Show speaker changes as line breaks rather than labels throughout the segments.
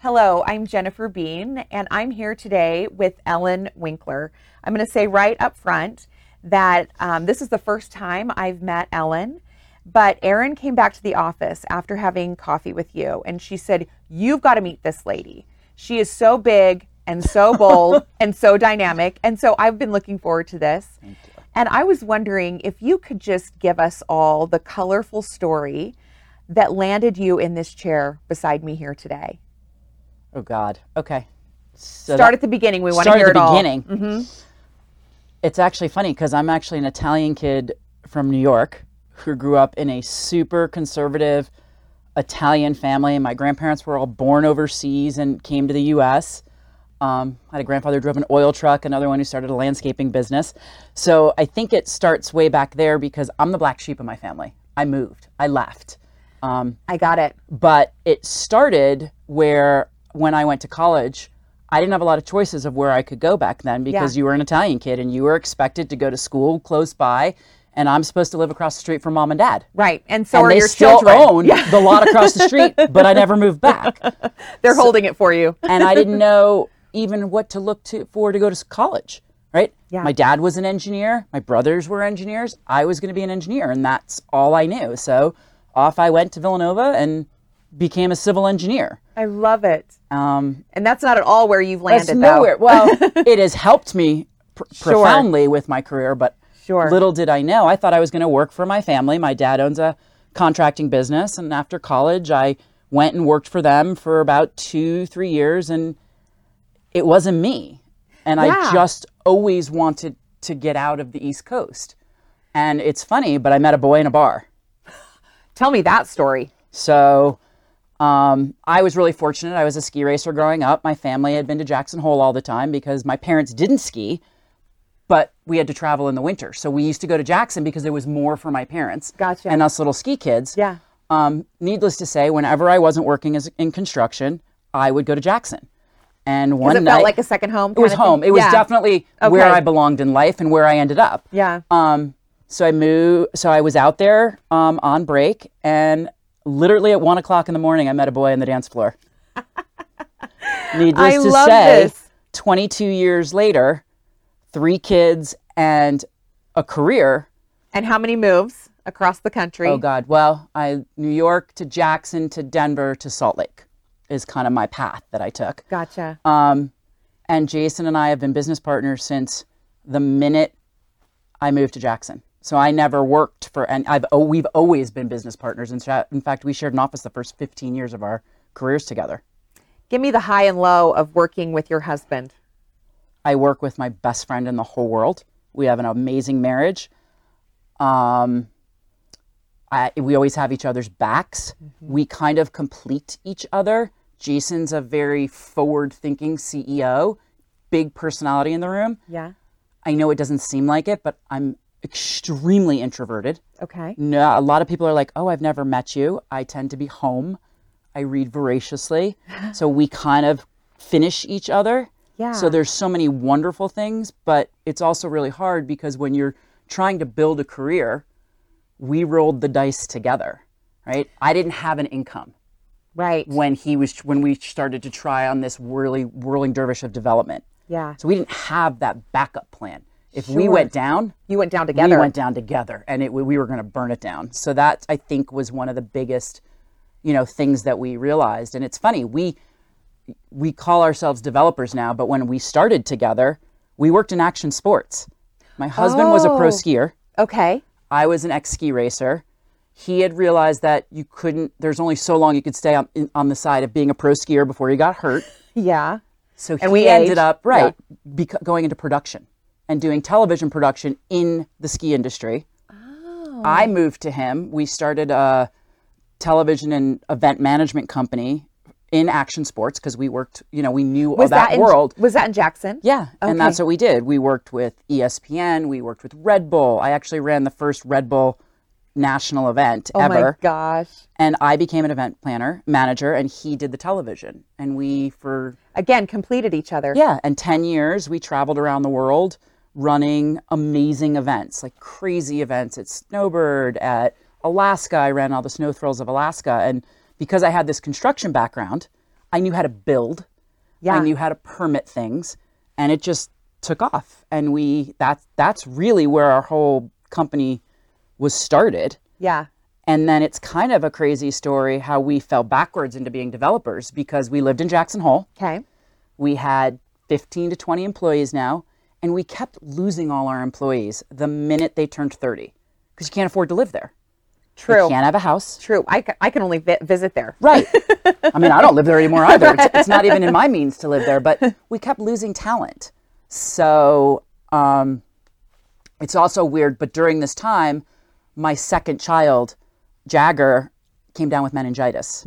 Hello, I'm Jennifer Bean, and I'm here today with Ellen Winkler. I'm going to say right up front that um, this is the first time I've met Ellen, but Erin came back to the office after having coffee with you, and she said, You've got to meet this lady. She is so big and so bold and so dynamic. And so I've been looking forward to this. And I was wondering if you could just give us all the colorful story that landed you in this chair beside me here today.
Oh God. Okay. So
start
that-
at the beginning. We want to
start
hear
at the
it all.
beginning. It's actually funny because I'm actually an Italian kid from New York who grew up in a super conservative Italian family. My grandparents were all born overseas and came to the U.S. Um, I had a grandfather who drove an oil truck, another one who started a landscaping business. So I think it starts way back there because I'm the black sheep of my family. I moved. I left. Um,
I got it.
but it started where when I went to college, I didn't have a lot of choices of where I could go back then because
Yeah.
you were an Italian kid and you were expected to go to school close by, and I'm supposed to live across the street from mom and dad.
Right. And so
And
are
they
your
still
children.
own the lot across the street, but I never moved back,
They're holding it for you.
and I didn't know even what to look to for to go to s- college. Right?
Yeah.
My dad was an engineer. My brothers were engineers. I was going to be an engineer, and that's all I knew. So off I went to Villanova and became a civil engineer.
I love it.
Um,
And that's not at all where you've landed,
it's
though.
nowhere. Well, it has helped me pr- profoundly with my career, but
Sure.
little did I know. I thought I was going to work for my family. My dad owns a contracting business, and after college, I went and worked for them for about two, three years, and it wasn't me. And
Yeah.
I just always wanted to get out of the East Coast. And it's funny, but I met a boy in a bar.
Tell me that story.
So um, I was really fortunate. I was a ski racer growing up. My family had been to Jackson Hole all the time because my parents didn't ski, but we had to travel in the winter. So we used to go to Jackson because there was more for my parents
Gotcha.
and us little ski kids.
Yeah.
Um, needless to say, whenever I wasn't working as, in construction, I would go to Jackson. And one
Because it
night,
felt like a second home.
it was home. It was definitely where
Okay.
I belonged in life and where I ended up.
Yeah.
Um, so I moved. So I was out there um, on break, and literally at one o'clock in the morning, I met a boy on the dance floor.
I
Needless to
love
say,
this.
22 years later, three kids and a career.
And how many moves across the country?
Oh God! Well, I New York to Jackson to Denver to Salt Lake is kind of my path that I took.
Gotcha.
Um, and Jason and I have been business partners since the minute I moved to Jackson. So I never worked for, and I've oh, we've always been business partners. In, sha- in fact, we shared an office the first 15 years of our careers together.
Give me the high and low of working with your husband.
I work with my best friend in the whole world. We have an amazing marriage. Um, I, we always have each other's backs. We kind of complete each other. Jason's a very forward-thinking CEO, big personality in the room.
Yeah.
I know it doesn't seem like it, but I'm extremely introverted.
Okay.
No, a lot of people are like, "Oh, I've never met you." I tend to be home. I read voraciously, so we kind of finish each other.
Yeah.
So there's so many wonderful things, but it's also really hard because when you're trying to build a career, we rolled the dice together, right? I didn't have an income
Right.
when he was when we started to try on this whirly whirling dervish of development.
yeah.
So we didn't have that backup plan. If we went down,
You went down together.
we went down together, and it, we were going to burn it down. So that I think was one of the biggest, you know, things that we realized. And it's funny we we call ourselves developers now, but when we started together, we worked in action sports. My husband was a pro
Oh.
skier.
okay.
I was an ex ski racer. He had realized that you couldn't. There's only so long you could stay on, in, on the side of being a pro skier before you got hurt.
Yeah.
So
And
he
we
ended
aged.
up right bec- going into production and doing television production in the ski industry.
Oh.
I moved to him. We started a television and event management company in action sports because we worked. You know, we knew all that,
in,
world.
Was that in Jackson?
Yeah, and that's what we did. We worked with E ESPN. We worked with Red Bull. I actually ran the first Red Bull national event
Oh
ever
my gosh.
and i became an event planner manager and he did the television and we for
Again, completed each other.
yeah, and 10 years we traveled around the world running amazing events, like crazy events at Snowbird, at Alaska. I ran all the snow thrills of Alaska. And because I had this construction background, I knew how to build.
Yeah.
I knew how to permit things, and it just took off. And we that's that's really where our whole company was started.
Yeah.
And then it's kind of a crazy story how we fell backwards into being developers because we lived in Jackson Hole.
Okay.
We had 15 to 20 employees now, and we kept losing all our employees the minute they turned 30 because you can't afford to live there. You
True.
can't have a house.
True. I, ca- I can only vi- visit there.
Right. I mean, I don't live there anymore either. It's, it's not even in my means to live there, but we kept losing talent. So um, it's also weird. But during this time, my second child, Jagger, came down with meningitis.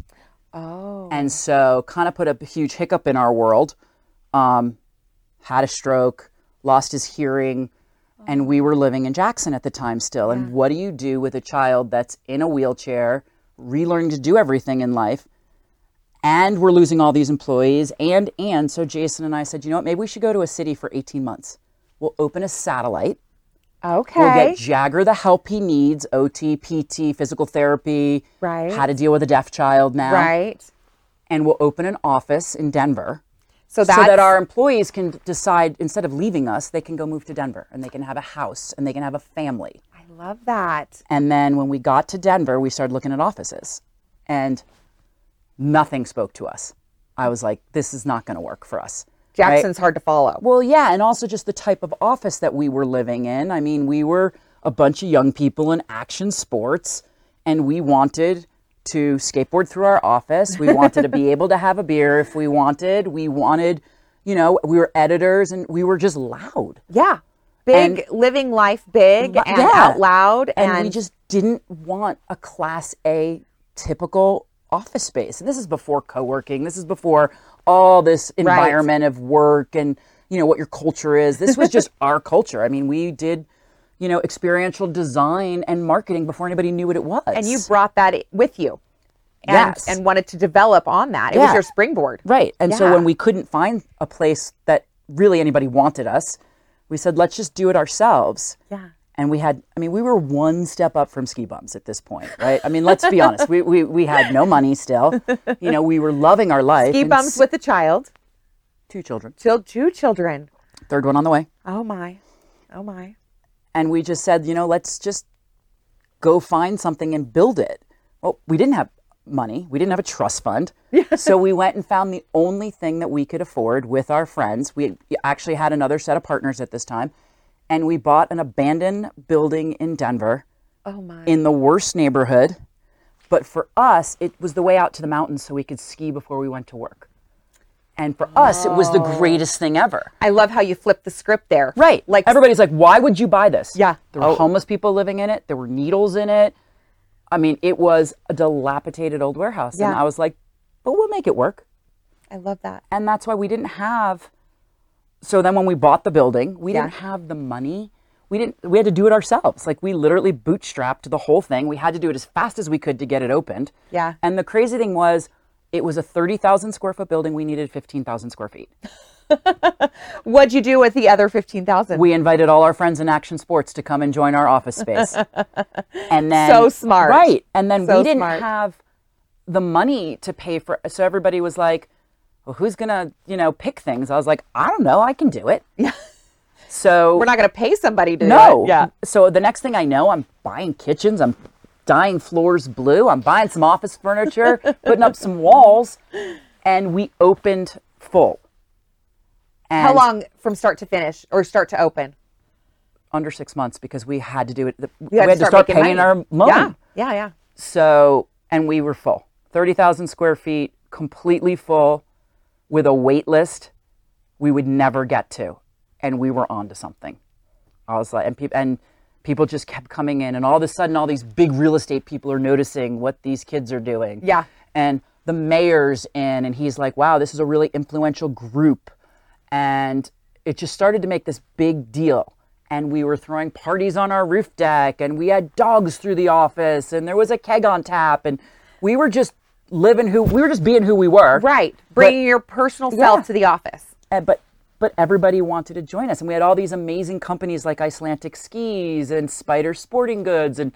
Oh.
And so kind of put a huge hiccup in our world. Um, had a stroke, lost his hearing, and we were living in Jackson at the time still. And what do you do with a child that's in a wheelchair, relearning to do everything in life? And we're losing all these employees, and and so Jason and I said, you know what? Maybe we should go to a city for 18 months. We'll open a satellite.
Okay.
We'll get Jagger the help he needs: OT, PT, physical therapy,
Right.
How to deal with a deaf child now,
right.
and we'll open an office in Denver
So
so
that's
that our employees can decide instead of leaving us, they can go move to Denver and they can have a house and they can have a family.
I love that.
And then when we got to Denver, we started looking at offices and nothing spoke to us. I was like, this is not going to work for us. right?
Jackson's hard to follow.
Well, yeah, and also just the type of office that we were living in. I mean, we were a bunch of young people in action sports, and we wanted to skateboard through our office. We wanted to be able to have a beer if we wanted. We wanted, you know, we were editors and we were just loud.
Yeah. Big living life big and
yeah.
out loud and,
And, we just didn't want a class A typical office space. And this is before co working, this is before all this environment of work and you know what your culture is. This was just our culture. I mean, we did, you know, experiential design and marketing before anybody knew what it was.
and you brought that i- with you. And,
Yes.
and wanted to develop on that. It was
Yeah.
your springboard.
Right. And so
Yeah.
when we couldn't find a place that really anybody wanted us, we said, let's just do it ourselves.
Yeah.
And we had, I mean, we were one step up from ski bums at this point, right? I mean, let's be honest. We, we, we had no money still. You know, we were loving our life.
Ski
and
bums
s-
with a child.
two children,
Till two children.
third one on the way.
Oh my. Oh my.
And we just said, you know, let's just go find something and build it. Well, we didn't have money, we didn't have a trust fund. so we went and found the only thing that we could afford with our friends. We actually had another set of partners at this time. And we bought an abandoned building in Denver.
Oh my.
in the worst neighborhood. But for us, it was the way out to the mountains so we could ski before we went to work. And for us, it was the
Oh.
greatest thing ever.
I love how you flipped the script there.
Right.
Like
Like everybody's like, why would you buy this?
Yeah. Oh.
There were homeless people living in it, there were needles in it. I mean, it was a dilapidated old warehouse. And
Yeah.
I was like, but we'll make it work.
I love that.
And that's why we didn't have. So then when we bought the building, we
Yeah.
didn't have the money. We didn't we had to do it ourselves. Like we literally bootstrapped the whole thing. We had to do it as fast as we could to get it opened.
Yeah.
And the crazy thing was it was a 30,000 square foot building. We needed 15,000 square feet.
What'd you do with the other fifteen thousand?
We invited all our friends in action sports to come and join our office space. and then
So smart.
Right. And then
So
we didn't
smart.
have the money to pay for so everybody was like, Well, who's gonna, you know, pick things? I was like, I don't know, I can do it. Yeah. So
We're not gonna pay somebody to do
no.
it. Yeah.
So the next thing I know, I'm buying kitchens, I'm dyeing floors blue, I'm buying some office furniture, putting up some walls, and we opened full. And
How long from start to finish or start to open?
Under six months because we had to do it. We
You
had to start,
making
paying
money.
our money.
Yeah, yeah, yeah.
So, and we were full 30,000 square feet, completely full with a wait list we would never get to. And we were on to something. I was like, and, peop and people just kept coming in. And all of a sudden, all these big real estate people are noticing what these kids are doing.
Yeah.
And the mayor's in, and he's like, wow, this is a really influential group. And it just started to make this big deal. And we were throwing parties on our roof deck, and we had dogs through the office, and there was a keg on tap. And we were just living who we were just being who we were.
Right. Bringing your personal self
Yeah.
to the office.
And- eh, but but everybody wanted to join us and we had all these amazing companies like Icelandic Skis and Spider Sporting Goods and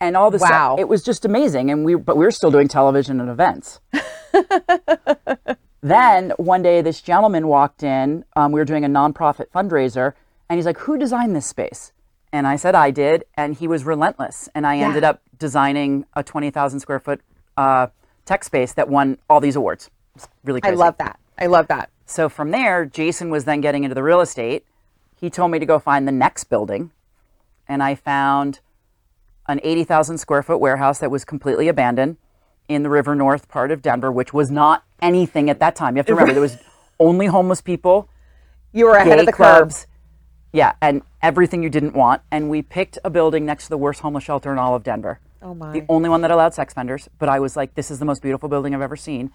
and all this
Wow.
it was just amazing and we but we were still doing television and events then one day, this gentleman walked in. Um, we were doing a nonprofit fundraiser, and he's like, "Who designed this space?" And I said, "I did." And he was relentless, and I ended up designing a twenty thousand square foot uh, tech space that won all these awards. It's really
I
crazy.
love that. I love that.
So from there, Jason was then getting into the real estate. He told me to go find the next building, and I found an 80,000 square foot warehouse that was completely abandoned in the River North part of Denver, which was not anything at that time. You have to remember there was only homeless people,
You were ahead
gay
of the curve.
clubs, yeah, and everything you didn't want. And we picked a building next to the worst homeless shelter in all of Denver.
Oh
The
my.
only one that allowed sex offenders, but I was like, this is the most beautiful building I've ever seen.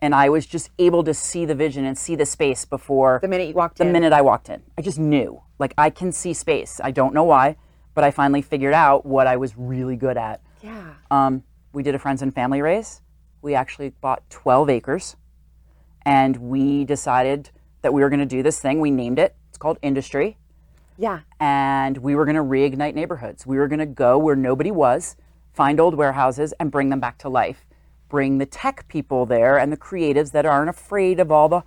And I was just able to see the vision and see the space before
The minute you walked
the
in.
minute I walked in. I just knew. Like I can see space. I don't know why, but I finally figured out what I was really good at.
yeah.
Um, we did a friends and family raise. We actually bought 12 acres and we decided that we were going to do this thing. We named it. It's called Industry
Yeah.
and we were going to reignite neighborhoods. We were going to go where nobody was, find old warehouses, and bring them back to life. Bring the tech people there and the creatives that aren't afraid of all the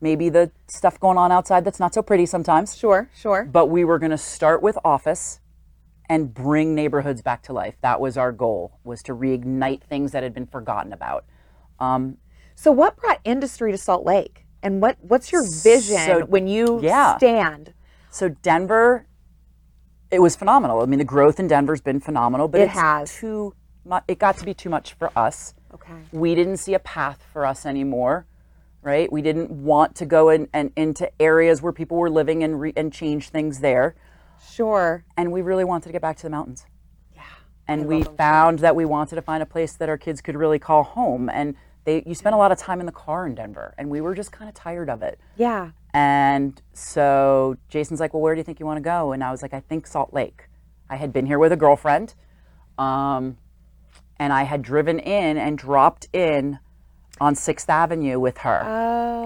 maybe the stuff going on outside that's not so pretty sometimes.
Sure. Sure.
But we were going to start with office and bring neighborhoods back to life. That was our goal was to reignite things that had been forgotten about. Um,
So, what brought industry to Salt Lake, and what what's your vision
So-
when you
yeah.
stand?
So Denver, it was phenomenal. I mean, the growth in Denver's been phenomenal, but
It
it's
has.
too much. It got to be too much for us.
Okay.
We didn't see a path for us anymore, right? We didn't want to go in, and into areas where people were living and re, and change things there,
Sure.
and we really wanted to get back to the mountains.
Yeah.
And we found that we wanted to find a place that our kids could really call home. And they, you spent a lot of time in the car in Denver, and we were just kind of tired of it.
Yeah.
And so Jason's like, Well, where do you think you want to go? And I was like, I think Salt Lake. I had been here with a girlfriend. Um, and I had driven in and dropped in on Sixth Avenue with her.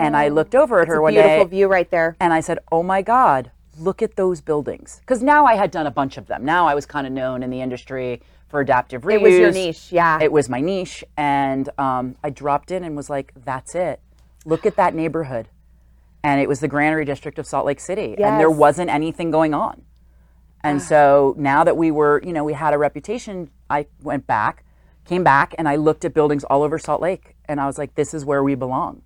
and I looked over at her one
Oh, Beautiful
day
view right there.
and I said, Oh my God, look at those buildings. Because now I had done a bunch of them. Now I was kind of known in the industry for adaptive reuse.
It was your niche. Yeah.
It was my niche. And um, I dropped in and was like, that's it. Look at that neighborhood. And it was the Granary District of Salt Lake City. And there
Yes. Ah.
wasn't anything going on. And so now that we were, you know, we had a reputation, I went back, came back, and I looked at buildings all over Salt Lake. And I was like, this is where we belong.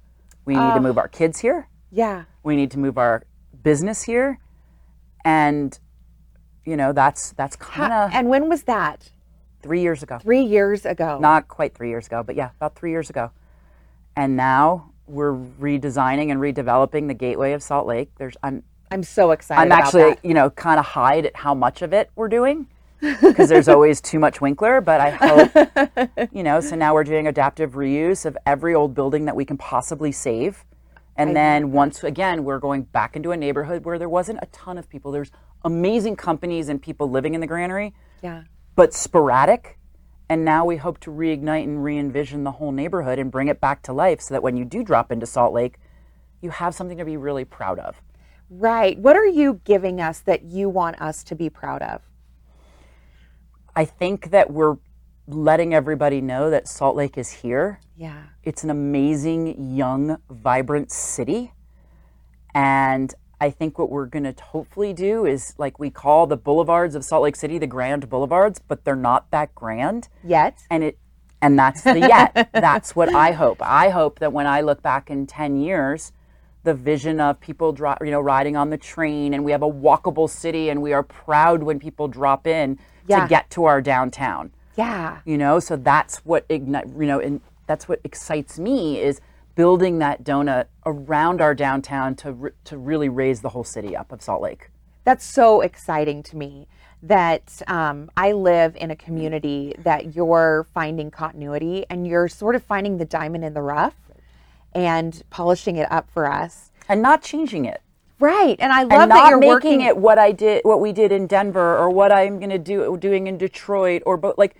We need
Ah.
to move our kids here.
yeah.
We need to move our business here. And, you know, that's that's kind of
And when was that?
three years ago
Three years ago.
not quite three years ago, but yeah, about three years ago. And now we're redesigning and redeveloping the gateway of Salt Lake. There's I'm
I'm so excited.
I'm
about
actually
that.
you know kind of hide at how much of it we're doing because there's always too much Winkler. But I hope you know. So now we're doing adaptive reuse of every old building that we can possibly save. And then once again, we're going back into a neighborhood where there wasn't a ton of people. There's amazing companies and people living in the granary,
Yeah.
but sporadic. And now we hope to reignite and re envision the whole neighborhood and bring it back to life so that when you do drop into Salt Lake, you have something to be really proud of.
Right. What are you giving us that you want us to be proud of?
I think that we're letting everybody know that Salt Lake is here.
Yeah.
It's an amazing, young, vibrant city. And I think what we're going to hopefully do is like we call the boulevards of Salt Lake City the grand boulevards, but they're not that grand.
Yet.
and it and that's the yet that's what i hope i hope that when i look back in 10 years the vision of people dri you know riding on the train and we have a walkable city and we are proud when people drop in
Yeah.
to get to our downtown
Yeah.
you know so that's what igni- you know and that's what excites me is building that donut around our downtown to re- to really raise the whole city up of salt lake
That's so exciting to me that um, I live in a community that you're finding continuity and you're sort of finding the diamond in the rough and polishing it up for us.
and not changing it
Right. And I love
and
that
not
you're
making
working
it what I did, what we did in Denver, or what I'm going to do doing in Detroit, or but like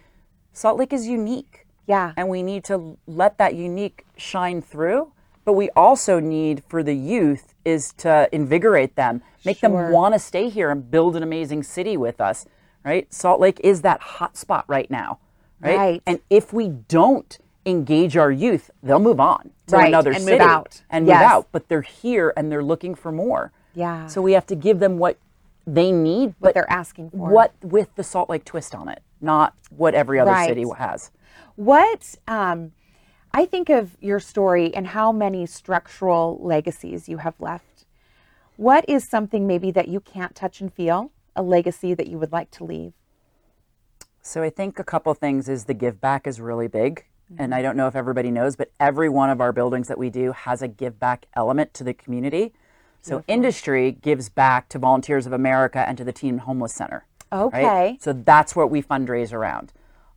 Salt Lake is unique,
Yeah.
and we need to let that unique shine through. But we also need for the youth is to invigorate them, make them want to stay here and build an amazing city with us. Right? Salt Lake is that hot spot right now. Right?
Right.
And if we don't engage our youth, they'll move on to
Right,
another
and move
city
out.
and
Yes.
move out. But they're here and they're looking for more.
Yeah.
So we have to give them what they need,
what
but
they're asking for.
what with the Salt Lake twist on it, not what every other
Right.
city has.
What um, I think of your story and how many structural legacies you have left. What is something maybe that you can't touch and feel, a legacy that you would like to leave?
So I think a couple things is the give back is really big. And I don't know if everybody knows, but every one of our buildings that we do has a give back element to the community. So industry gives back to Volunteers of America and to the Teen Homeless Center.
Okay.
right? So that's what we fundraise around.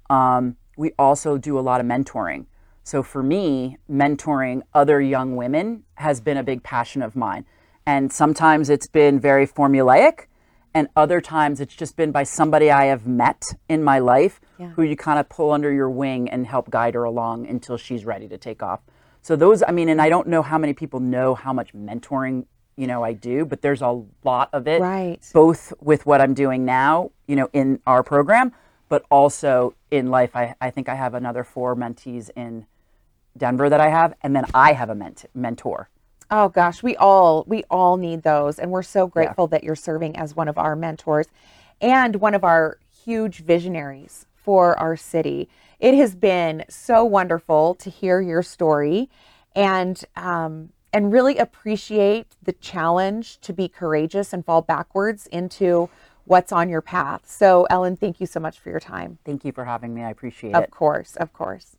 Um, we also do a lot of mentoring. So for me, mentoring other young women has been a big passion of mine. And sometimes it's been very formulaic, and other times it's just been by somebody I have met in my life who you kind of pull under your wing and help guide her along until she's ready to take off. So those, I mean, and I don't know how many people know how much mentoring, you know, I do, but there's a lot of it
Right.
both with what I'm doing now, you know, in our program, but also in life. I, I think I have another four mentees in Denver that I have, and then I have a ment- mentor.
Oh gosh, we all we all need those and we're so grateful that you're serving as one of our mentors and one of our huge visionaries for our city. It has been so wonderful to hear your story and um and really appreciate the challenge to be courageous and fall backwards into what's on your path. So Ellen, thank you so much for your time.
Thank you for having me. I appreciate it.
Of course, of course.